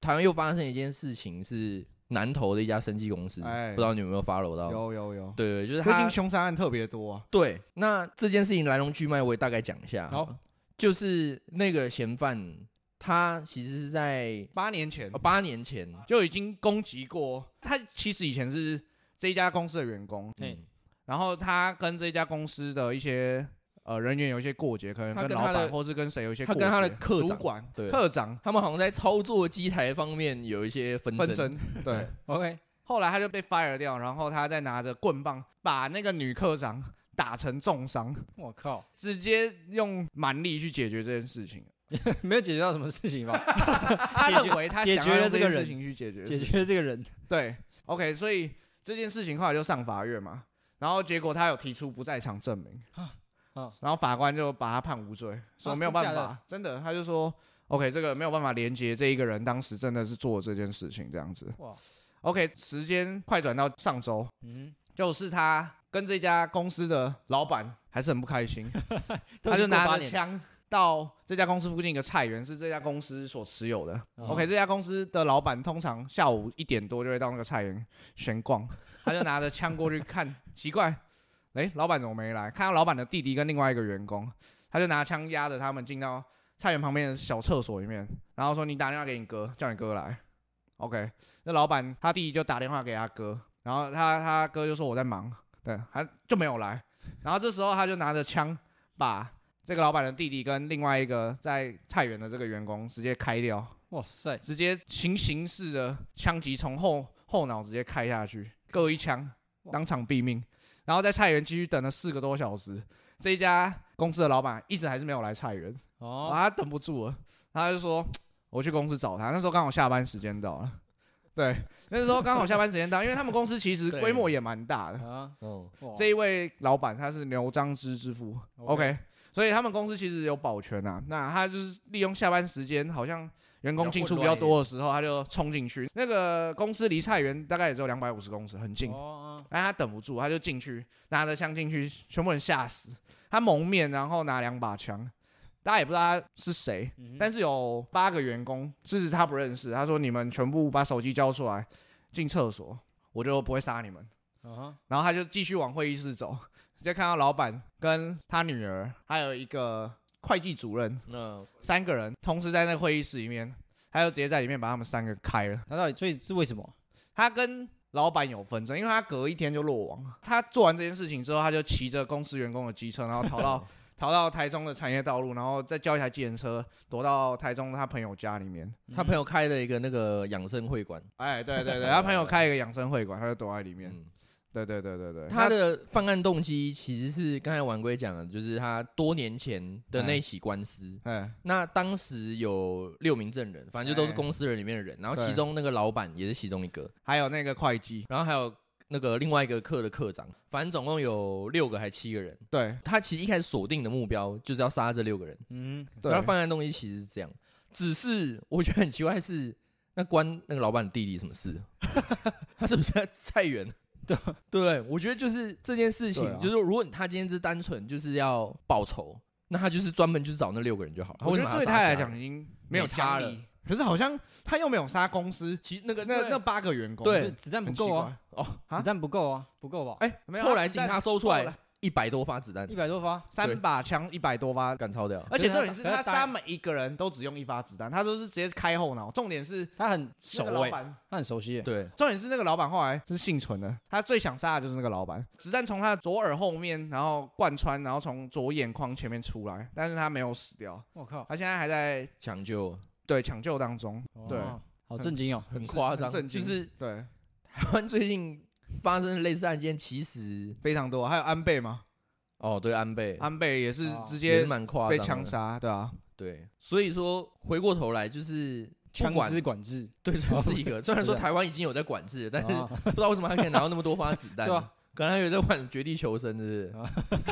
台湾又发生一件事情，是南投的一家生技公司，哎不知道你有没有 follow 到？有有有，对对，就是最他近凶杀案特别多啊。对，那这件事情来龙去脉我也大概讲一下。好，就是那个嫌犯，他其实是在八年前呃八年前，就已经攻击过他，其实以前是这一家公司的员工，嘿嗯然后他跟这家公司的一些呃人员有一些过节，可能他跟跟老他的板或是跟谁有一些他过节，跟他的课主长管、对课长他们好像在操作机台方面有一些纷 纷争，对。 OK，后来他就被 fire 掉，然后他再拿着棍棒把那个女科长打成重伤，我靠，直接用蛮力去解决这件事情。 没有解决到什么事情 吧？他解决认为他解想决要了用这件个事人情去解决解事情决了这个人，对，OK，所以这件事情后来就上法院嘛，然后结果他有提出不在场证明啊啊然后法官就把他判无罪，说啊没有真办假法，的真的，他就说 OK，这个没有办法连接这一个人当时真的是做了这件事情这样子。哇， OK，时间快转到上周，嗯，就是他跟这家公司的老板还是很不开 心，他就拿着枪到这家公司附近一个菜园，是这家公司所持有的。嗯哦 OK，这家公司的老板通常下午一点多就会到那个菜园闲逛，他就拿着枪过去看，奇怪，哎，老板怎么没来？看到老板的弟弟跟另外一个员工，他就拿枪压着他们进到菜园旁边的小厕所里面，然后说：“你打电话给你哥，叫你哥来。” OK，那老板他弟就打电话给他哥，然后他他哥就说我在忙，对，他就没有来。然后这时候他就拿着枪把这个老板的弟弟跟另外一个在菜园的这个员工直接开掉，哇塞，直接行刑式的枪击从后后脑直接开下去，各一枪，当场毙命。然后在菜园继续等了四个多小时，这一家公司的老板一直还是没有来菜园。哦，啊，他等不住了，他就说我去公司找他。那时候刚好下班时间到了，对，那时候刚好下班时间到，因为他们公司其实 对规模也蛮大的。啊，哦，哇这一位老板他是牛樟芝之父 OK 哦，OK，所以他们公司其实有保全啊。那他就是利用下班时间，好像员工进出比较多的时候，他就冲进去。那个公司离菜园大概也只有两百五十公尺，很近。哦，但他等不住，他就进去拿着枪进去，全部人吓死。他蒙面，然后拿两把枪，大家也不知道他是谁，嗯但是有八个员工是他不认识。他说：“你们全部把手机交出来，进厕所，我就不会杀你们。”啊，然后他就继续往会议室走， 就看到老板跟他女儿，还有一个会计主任，那三个人同时在那个会议室里面，他就直接在里面把他们三个开了。他到底所以是为什么？他跟老板有纷争，因为他隔一天就落网。他做完这件事情之后，他就骑着公司员工的机车，然后逃 到逃到台中的产业道路，然后再叫一台计程车躲到台中他朋友家里面。嗯他朋友开了一个那个养生会馆，哎，对 对对，他朋友开一个养生会馆，他就躲在里面。嗯对对对对对，他的犯案动机其实是刚才晚归讲的，就是他多年前的那起官司。那哎那当时有六名证人，反正就都是哎公司人里面的人，然后对其中那个老板也是其中一个，还有那个会计，然后还有那个另外一个课的课长，反正总共有六个还七个人。对他其实一开始锁定的目标就是要杀这六个人，嗯，对，然后犯案动机其实是这样，只是我觉得很奇怪的是，那关那个老板的弟弟什么 事？他是不是在菜园？对对，我觉得就是这件事情，对啊就是如果他今天是单纯就是要报仇，那他就是专门就是找那六个人就好了。为我觉什得么对要他杀来其讲人，已经没有没差压力了。可是好像他又没有杀公司其实那个那那那那八个员工，对不是子弹不很奇够啊，怪哦，啊子弹不够啊，不够吧？哎，没有后他来子警弹察搜出后来来一百多发哎子弹，一百多发，三把枪一百多发，敢超掉。而且重点是可是他他杀每一个人都只用一发子弹，他都是直接开后脑。重点是他很熟那个老哎，板，他很熟悉耶。对，重点是那个老板后来是幸存的，他最想杀的就是那个老板，子弹从他的左耳后面，然后贯穿，然后从左眼眶前面出来，但是他没有死掉，我靠，他现在还在抢救对抢救当中，对哦，好震惊哦。很夸张，震就惊是对，台湾最近发生的类似案件，其实非常多。还有安倍嘛，哦，对安倍安倍也是哦直也接是蛮夸张被的枪，杀，对啊，对，所以说回过头来就是不枪管支管制，对，这是一 个。虽然说对啊台湾已经有在管制了，但是哦啊不知道为什么他可以拿到那么多发子 弹，对啊可能他有在玩绝地求生，是不是？啊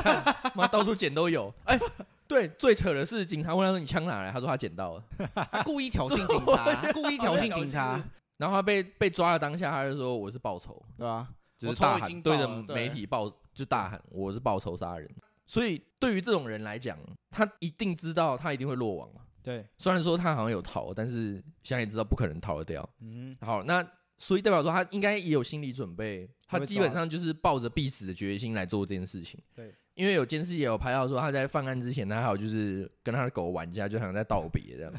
看妈到处捡都有。哎，对，最扯的是警察问他说你枪哪来，他说他捡到了，他 故意挑衅警 察，他故意挑衅警察，然后他被被抓了当下，他就说我是报仇，对吧？就我是仇大已喊经对报着了对媒体报就大喊我是报仇杀人。所以对于这种人来讲，他一定知道他一定会落网嘛， 对，虽然说他好像有逃，但是现在也知道不可能逃得掉。嗯，好，那所以代表说他应该也有心理准备，他会基抓本上就是抱着必死的决心来做这件事情。对，因为有监视也有拍到说他在犯案之前，他还有就是跟他的狗玩家，就好像在道别 这样，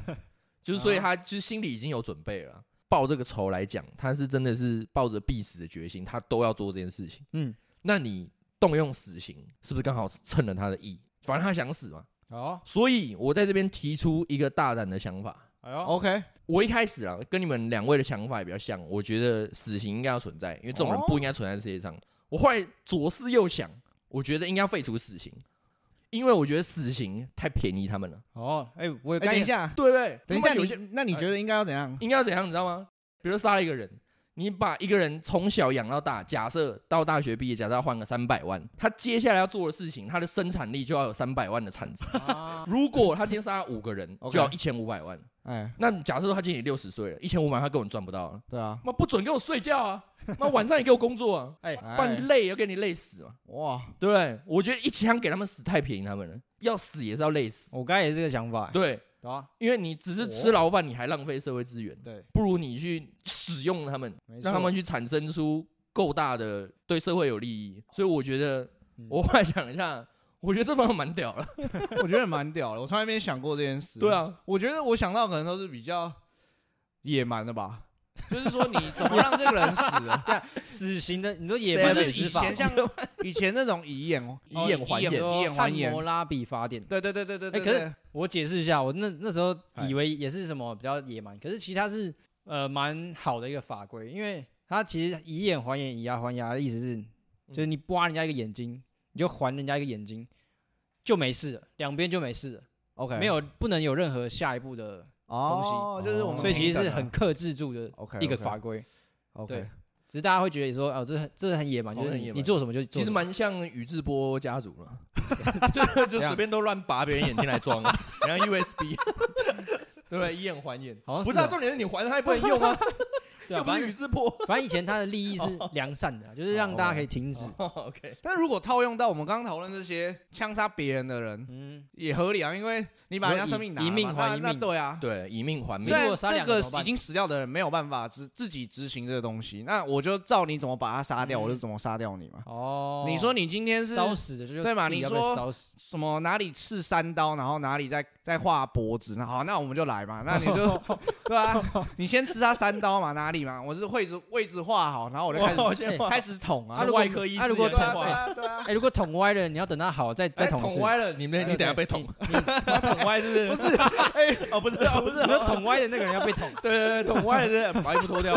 就是所以他其实心里已经有准备了。报这个仇来讲，他是真的是抱着必死的决心，他都要做这件事情。嗯，那你动用死刑，是不是刚好趁了他的意？反正他想死嘛。好，所以我在这边提出一个大胆的想法，哎呦， OK，我一开始啊，跟你们两位的想法也比较像，我觉得死刑应该要存在，因为这种人哦不应该存在世界上。我后来左思右想，我觉得应该要废除死刑，因为我觉得死刑太便宜他们了，哦，哎，我哎刚等一也下，对不对？等一他下，们有些你那你觉得应该要怎样？应该要怎样，你知道吗？比如杀了一个人，你把一个人从小养到大，假设到大学毕业，假设要换个三百万，他接下来要做的事情，他的生产力就要有三百万的产值。 啊如果他今天杀了五个人， OK 就要一千五百万。哎，那假设他今年六十岁了，一千五百万他根本赚不到了。对啊，妈不准给我睡觉 啊！妈晚上也给我工作啊！哎不然哎，累要给你累死嘛， 哇，对不对？我觉得一枪给他们死太便宜他们了，要死也是要累死。我刚也是这个想法，对，对啊，因为你只是吃牢饭，你还浪费社会资源，对，不如你去使用他们，没错让他们去产生出够大的对社会有利益。所以我觉得嗯，我后来想了一下，我觉得这方法蛮屌了。我觉得蛮屌的，我从来没想过这件事。对，啊，我觉得我想到可能都是比较野蛮的吧， 就是说你怎么让这个人死 的？死刑的，你说也不哎蛮是的以死法，哦前像以前那种以眼哦以以眼还眼以眼哦还汉眼谟。拉比法典。对对对对对对。哎可是我解释一下，我那那时候哎以为也是什么比较野蛮，可是其实它是呃蛮好的一个法规，因为它其实以眼还眼，以牙还牙，意思嗯是就是你挖人家一个眼睛，你就还人家一个眼睛，就没事了，两边就没事了， OK 没有不能有任何下一步的，哦，东西就是我们所以其啊实是很平克制住的 OK，一个 OK 法规。等的对 OK。只是大家会觉得说，哦，这很这很野蛮，就哦是很你野蛮你做什么就做其什实么。蛮像宇智波家族 了，就就随便都乱拔别人眼睛来装 啊，然后 USB，对不对？以眼还眼，好像不是是啊，哦重点是你还他也不能用 啊，对又啊，不反是哦正宇智波。反正以前他的利益是良善的啊，就是让大家可以停止。 OK，但如果套用到我们刚刚讨论这些枪杀别人的人，嗯，也合理啊，因为你把人家生命拿了嘛一命还一那那命对啊。对，以命还虽命所。以如然果杀这两个个怎么办已经死掉的人没有办法执自己执行这个东西，那我就照你怎么把他杀掉，嗯我就怎么杀掉你嘛。哦，你说你今天是烧死的就对嘛自己你要不要说烧死，什么哪里刺三刀，然后哪里再再画脖子，那好，那我们就来 嘛，那你就对啊，你先刺他三刀嘛，哪里嘛，我是位置位置画好，然后我就开始我先画开始捅啊啊如，果外科医师啊如果也对在啊捅对画捅，啊对啊，哎，如果捅歪了，你要等他好再再哎捅一捅次。歪了，你们你等下被捅， 捅歪是 不是？不是，哎，哦 不是哦不是你哦，。说捅歪的那个人要被捅 对对对，捅歪了是不 是把衣服脱掉。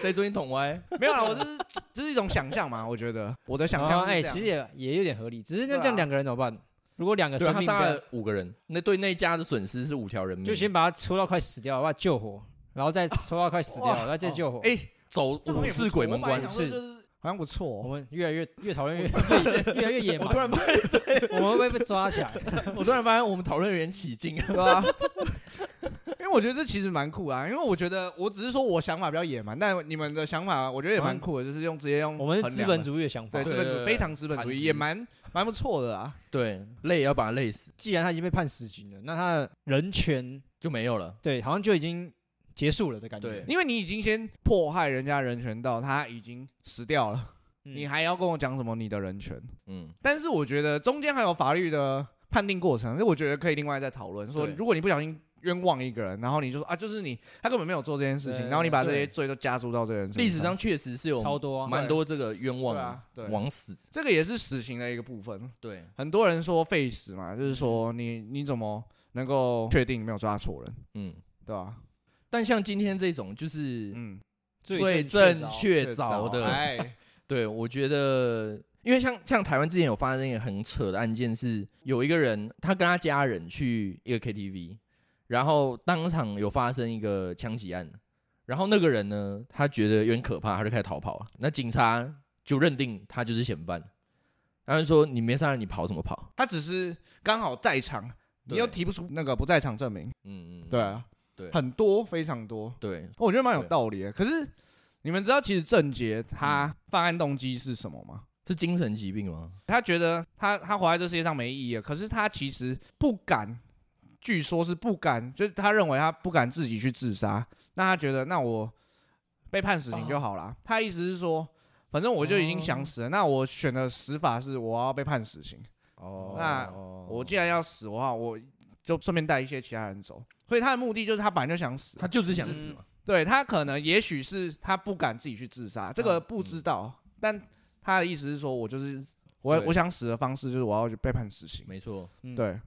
谁昨天捅歪？ 没有啦，我这是这是一种想象嘛，我觉得我的想象哦是哎，这样其实也也有点合理，只是那这对样啊两个人怎么办？如果两个对啊生他命杀不要，了五个人，那对那一家的损失是五条人命，就先把他抽到快死掉，把他救活，然后再抽到快死掉，哇然后再救活。哎走这好五像也不次错鬼门我关本来。想说就是好像不错我哦，们越来越越讨 论越越越来越野蛮，我突然发我们会被抓起 来。我突然发现我们讨论有点起劲。对吧？因为我觉得这其实蛮酷啊，因为我觉得我只是说我想法比较野蛮，但你们的想法我觉得也蛮酷的，就是用直接用嗯我们是衡资量本的主义的想对，法对资对本主对义非常资本残主义，值也蛮蛮不错的啊。对，累也要把他累死，既然他已经被判死刑了，那他的人权就没有了。对好像就已经结束了的感觉对。因为你已经先迫害人家人权到他已经死掉了，嗯你还要跟我讲什么你的人权？嗯，但是我觉得中间还有法律的判定过程，我觉得可以另外再讨论。说对如果你不小心冤枉一个人，然后你就说啊，就是你，他根本没有做这件事情，对然后你把这对些罪都加注到这个人身历史上确实是有超多啊蛮多这个冤对枉啊，对，枉死。这个也是死刑的一个部分。对，很多人说废死嘛，就是说你你怎么能够确定你没有抓错人，嗯，对吧、但像今天这种就是嗯，最正正确凿的，哎，对我觉得。因为像像台湾之前有发生一个很扯的案件是，有一个人他跟他家人去一个 KTV，然后当场有发生一个枪击案，然后那个人呢，他觉得有点可怕，他就开始逃跑了。那警察就认定他就是嫌犯，他就说你没杀人，你跑什么跑？他只是刚好在场，你对又提不出那个不在场证明，嗯嗯，对啊，对很多非常多，对，我觉得蛮有对道理的。可是你们知道，其实郑杰嗯他犯案动机是什么吗？是精神疾病吗？他觉得他他活在这世界上没意义了，可是他其实不敢据说是不敢，就是他认为他不敢自己去自杀，那他觉得那我被判死刑就好啦。他意思是说，反正我就已经想死了，那我选的死法是我要被判死刑。哦那我既然要死的话，我就顺便带一些其他人走。所以他的目的就是他本来就想死，他就是想死嗯嘛，对他可能也许是他不敢自己去自杀，这嗯个不知道。但他的意思是说，我就是我对我想死的方式就是我要去被判死刑。没错。嗯，对，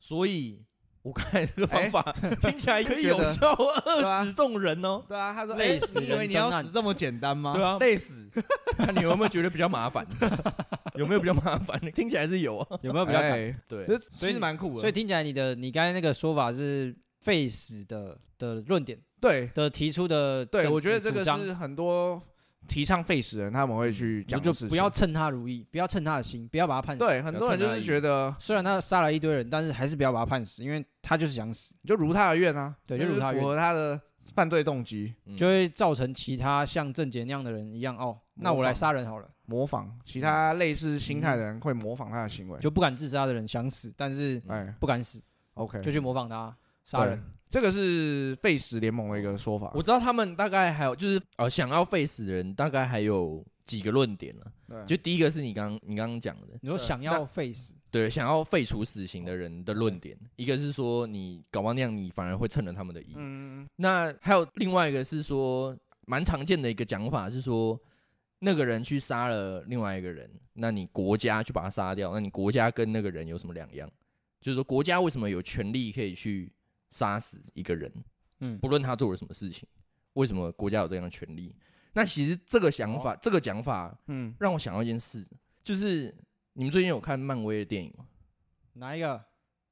所以我刚才这个方哎法听起来 可以觉有得效对啊遏制众人哦。对啊，他说累哎死你以为人你要专案死这么简单吗？对 啊，累死。那你有没有觉得比较麻 烦？有没有比较麻烦？ 听起来是有啊。 有没有比较敢？哎对，这所其以实蛮酷的。所以听起来你的你刚才那个说法是废死的的论点对的提出的对，政我觉得这主个张嗯是很多提倡废死人他们会去我讲的就事情。不要趁他如意，不要趁他的心，不要把他判死。对，很多人就是觉得虽然他杀了一堆人，但是还是不要把他判死，因为他就是想死，就如他的愿啊，对就就如是他的符愿合他的犯罪动机，嗯就会造成其他像郑杰那样的人一样哦，那我来杀人好了，模仿其他类似心态的人会模仿他的行为。嗯就不敢自杀的人想死，但是哎不敢死， ，OK，就去模仿他杀人。这个是废死联盟的一个说法。我知道他们大概还有就是呃，想要废死的人大概还有几个论点呢、就对第一个是你刚你刚刚讲的，你说对想要废死，对，想要废除死刑的人的论点，一个是说你搞不好那样，你反而会趁了他们的意。嗯，那还有另外一个是说，蛮常见的一个讲法是说，那个人去杀了另外一个人，那你国家去把他杀掉，那你国家跟那个人有什么两样？就是说，国家为什么有权利可以去杀死一个人？嗯，不论他做了什么事情，为什么国家有这样的权利？那其实这个想法，这个讲法，嗯，让我想到一件事，就是你们最近有看漫威的电影吗？哪一个？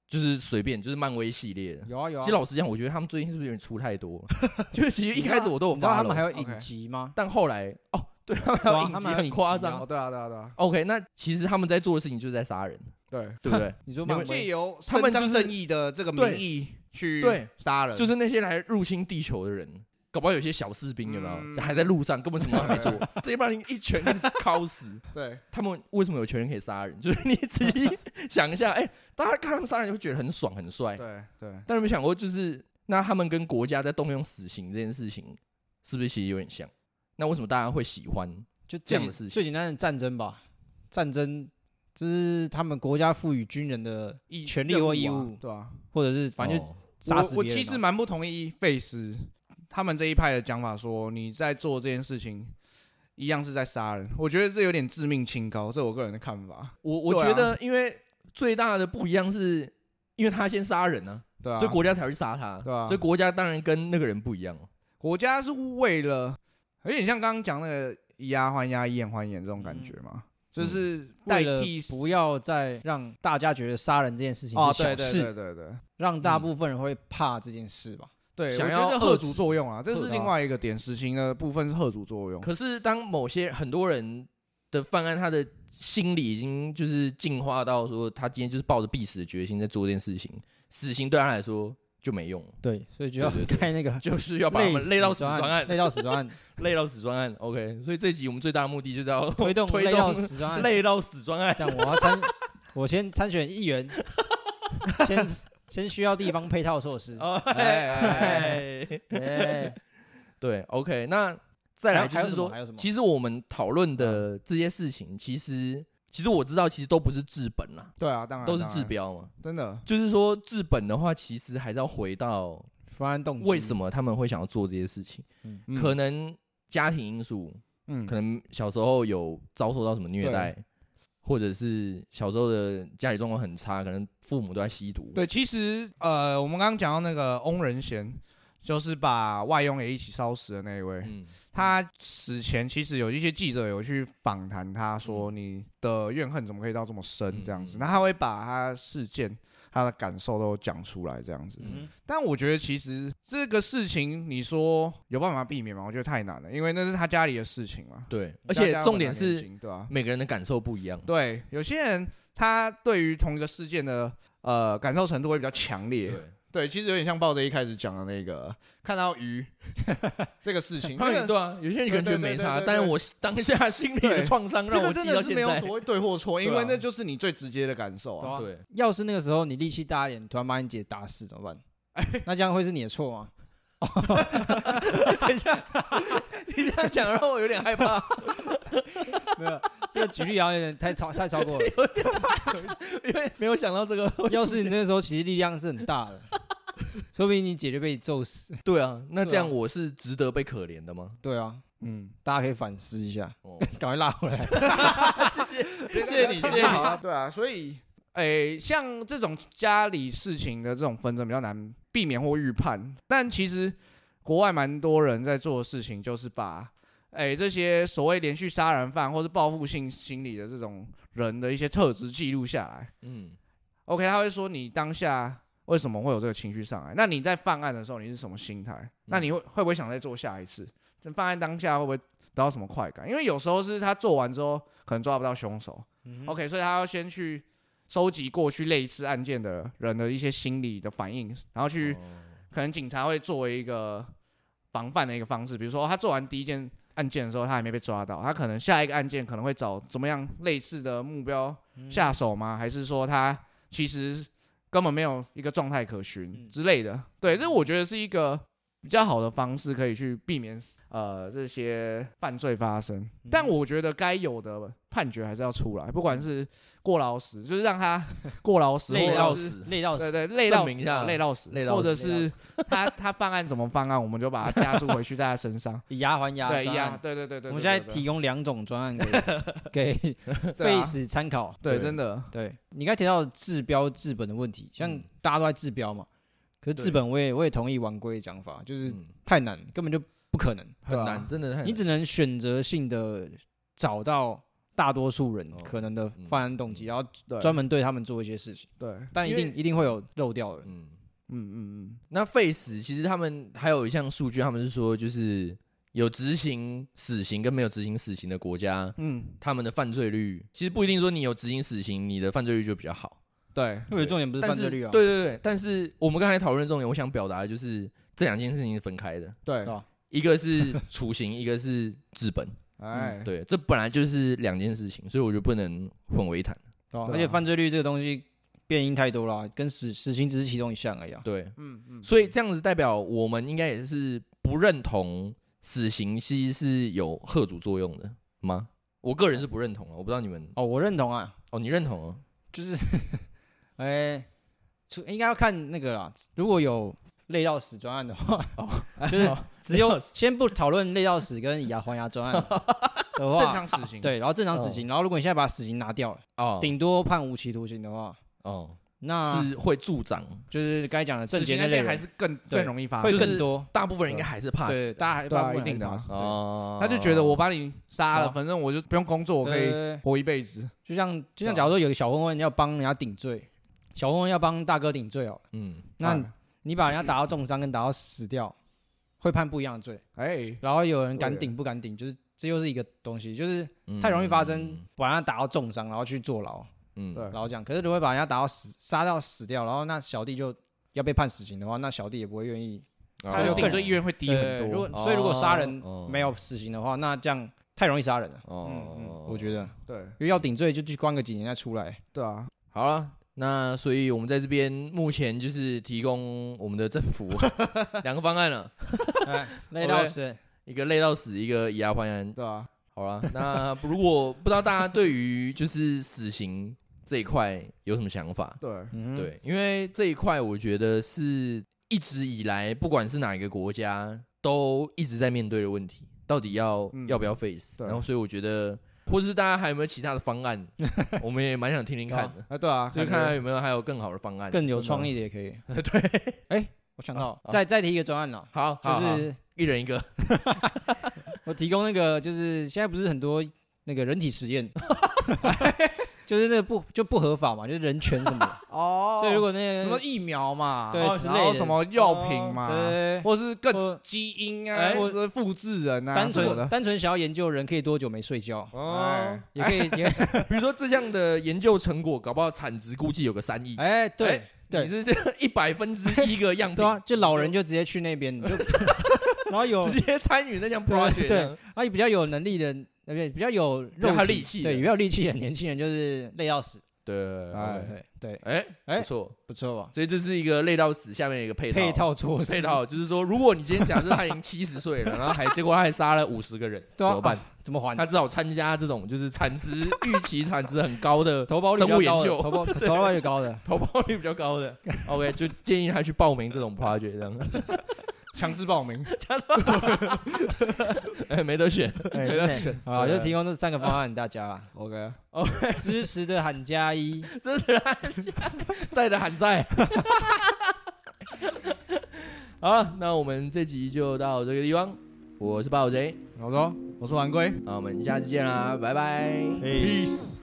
就是随便，就是漫威系列的。有啊有啊。其实老实讲，我觉得他们最近是不是有点出太多 了？就是其实一开始我都有你知道发他们还有 OK 影集吗？但后来哦，对 他们还对啊有影他集们还有很夸张。影集哦，对啊，对啊，对啊， OK，那其实他们在做的事情就是在 杀人，对。对不对？你说你漫们借威？由他们伸张就是正义的这个名对义去对杀人，就是那些来入侵地球的人，搞不好有些小士兵有没有、嗯还在路上，根本什么都还没 做，直接把你一拳给你敲死。对他们为什么有权利可以杀人？ 就是你仔细想一下，哎、大家看他们杀人会觉得很爽很帅，对对，但有没有想过，就是那他们跟国家在动用死刑这件事情，是不是其实有点像？那为什么大家会喜欢？就这样最的事情最简单的战争吧，战争这是他们国家赋予军人的，义权利任或啊义务对啊，或者是反正就哦杀死我我别人其啊实蛮不同意费斯他们这一派的讲法说你在做这件事情一样是在杀人，我觉得这有点致命清高，这我个人的看法。我我对啊觉得，因为最大的不一样是，因为他先杀人呢、对啊，所以国家才会去杀他，对啊所以国家当然跟那个人不一样哦。国家是为了有点像刚刚讲那个以牙还牙，以眼还眼这种感觉嘛，就是代为了替不要再让大家觉得杀人这件事情哦，是对小对事，对对对。让大嗯部分人会怕这件事吧。对，想我要觉得遏贺主制作用啊，这是对啊另外一个点。实行的部分是贺主作用，可是当某些很多人的犯案，他的心理已经就是进化到说，他今天就是抱着必死的决心在做这件事情，死刑对他来说就没用了，对，所以就要对对对盖那个就是要把他们累到死专案，累到死专案， 累到死专案。OK，所以这集我们最大的目的就是要 推动推累到动死专案。累到死专 案。这样我要参，我先参选议 员，先先需要地方配套措施。哦嘿哎嘿嘿哎，对，OK，那再还来有就还有是什说么还有什，么嗯其实我们讨论的这些事情，其实其实我知道，其实都不是治本啦，对啊，当嗯然都是当治然标嘛。真的就是说治本的话，其实还是要回到方案动机为什？么他们会想要做这些事情，嗯可能家庭因素，嗯可能小时候有遭受到什么虐对待，或者是小时候的家里状况很差，可能父母都在吸毒。对，其实呃，我们刚刚讲到那个翁仁贤，就是把外佣也一起烧死的那一位，嗯，他死前其实有一些记者有去访谈他，说你的怨恨怎么可以到这么深嗯这样子，嗯那他会把他事件。他的感受都讲出来，这样子。嗯但我觉得其实这个事情，你说有办法避免吗？我觉得太难了，因为那是他家里的事情嘛。对，而大且家重本点来年是嗯轻，对啊，每个人的感受不一样。对，有些人他对于同一个事件的呃感受程度会比较强烈，对，对，其实有点像抱着一开始讲的那个看到鱼 这个事情， 他那们个对啊，有些人可能觉得没差，对对对对对对但是我当下心里的对创伤这让我个记真到的是现没有在。所谓对或错，因对啊为那就是你最直接的感受啊。对， 要是那个时候你力气大一点，突然把你姐打死怎么办？那这样会是你的错吗？等一下，你这样讲让我有点害 怕，没有，这个举例好像有点太 超太超过了。因为没有想到这个。要是你那时候其实力量是很大 的，说不定你姐就被你揍死。对啊，那这对啊样我是值得被可怜的吗？对啊，嗯，大家可以反思一下， 哦，赶快拉回来。谢谢你谢谢你啊，对啊，所以，诶、像这种家里事情的这种纷争比较难避免或预判，但其实国外蛮多人在做的事情就是把。诶这些所谓连续杀人犯或是报复性心理的这种人的一些特质记录下来。嗯， OK，他会说你当下为什么会有这个情绪上来？那你在犯案的时候你是什么心态？那你会会不会想再做下一次？在犯案当下会不会得到什么快感？因为有时候是他做完之后可能抓不到凶手，嗯 OK，所以他要先去收集过去类似案件的人的一些心理的反应，然后去、可能警察会作为一个防范的一个方式，比如说他做完第一件案件的时候，他还没被抓到，他可能下一个案件可能会找怎么样类似的目标嗯下手吗？还是说他其实根本没有一个状态可循嗯之类的？对，这我觉得是一个比较好的方式，可以去避免呃这些犯罪发生。但嗯我觉得该有的判决还是要出来，不管是过劳死，就是让他 过劳死， 累或者到是 死，累到对死，对，累证到明一死下哦累到死，累到或者死累到是他他犯案怎么犯案，我们就把他加注回去在他身 上。以牙还牙。对，一专样，案。对对对对。我们对现在对提供两种专 案给给对啊 face 参考。对，对真的，对你刚才提到治标治本的问题，像嗯大家都在治标嘛，可是对治本我也我也同意王龟的讲法，就是嗯太难，根本就不可能，很对啊难，真的太你难只能选择性的找到大多数人哦可能的嗯犯案动机，嗯然后对，专门对他们做一些事情，对，但一因为定一定会有漏掉的人。嗯。嗯嗯那 face 其实他们还有一项数据，他们是说就是有执行死刑跟没有执行死刑的国家，嗯嗯，他们的犯罪率其实不一定说你有执行死刑，你的犯罪率就比较好。对，因为重点不是但犯是罪率啊，对对对，但是我们刚才讨论重点，我想表达的就是这两件事情是分开的，对对，一个 是处刑，一个是治本。嗯哎，对，这本来就是两件事情，所以我就不能混为一谈。对吧对啊而且犯罪率这个东西变因太多了啊，跟死死刑只是其中一项而已啊。对，嗯嗯，所以这样子代表我们应该也是不认同死刑其实是有贺主作用的吗？我个人是不认同啊，我不知道你们哦，我认同啊，哦，你认同哦？就是哎，除应该要看那个啦，如果有累到死专案的话，哦就是只有先不讨论累到死跟以牙还牙专案的 正话，常哦死刑，对，然后正常死刑，然后如果你现在把死刑拿掉了，哦顶啊多判无期徒刑的话，哦，那是会助长，就是该讲的死正刑经案那类件还人是更对更容易发会生。就是更多，大部分人应该还是怕死对，的大家还对啊大部分一定的啊人还是怕死哦，他就觉得我把你杀对了，啊反正我就不用工作，我可对对以对活一辈子。就像就对啊像假如说有个小混混要帮人家顶罪，小混混要帮大哥顶罪哦，嗯那哎你把人家打到重伤跟打到死掉，会判不一样的罪。哎，然后有人敢对顶不敢顶，就是这又是一个东西，就是嗯太容易发生，把人家打到重伤，然后去坐牢，嗯对然后这样。可是如果把人家打到死，杀到死掉，然后那小弟就要被判死刑的话，那小弟也不会愿意哎他就有顶哦更罪意愿会低对很如多果。所以如果杀人哦没有死刑的话，那这样太容易杀人了，哦嗯，哦我觉得。对因为要顶罪就去关个几年再 出来。对啊，好了。那所以，我们在这边目前就是提供我们的政府 两个方案了，哎，累到死，一个累到死，一个以牙还牙，对啊，好啦， 那如果不知道大家对于就是死刑这一块有什么想法？对，嗯，，对，因为这一块我觉得是一直以来不管是哪一个国家都一直在面对的问题，到底要、嗯要不要 face？对然后所以我觉得，或是大家还有没有其他的方 案，我们也蛮想听听看的，啊对啊，就感是觉看看有没有还有更好的方案。更有创意的也可以。 哎对，我想到啊，再再提一个专案了，好，就好好是一人一个， 我提供那个，就是现在不是很多那个人体实验， 就是那个不就不合法嘛，就是人权什么的。哦，所以如果那什个么疫苗嘛，对哦之然类后的哦什么药品啊嘛，对或是或更基因啊哎，或者复制人啊，单什么纯的，单纯想要研究人可以多久没睡觉，哎哦，也可以也比如说这项的研究成果，搞不好产值估计有个三亿，哎对哎，对你是这一百分之一个样 对啊，品， 就老人就直接去那边，你就 然后有直接参与那项哦对 project 这对样。啊比较有能力的，那边比较有较肉有体力气对的比较有力气的年轻人就是累到死，对，哎哎对对，哎哎不错，不错吧？所以这是一个累到死下面一个配套配套措施，配套，就是说，如果你今天假设他已经七十岁了，然后还结果他还杀了五十个人，怎对啊么办？啊怎么还？他只好参加这种就是产值预期产值很高的 投保率生比较物研高的，投究，保投保率高的，投保率比较高的。OK，就建议他去报名这种 project 这 样。强制 报名，。哎，没得选。哎没得对选啊，对就提供这三个方案给大家啦 OK， OK，支持的喊加一，真的喊在的喊在。 好了，那我们这集就到这个地方。我是暴贼，我说我是晚归。那我们下次见啦，拜拜。 Peace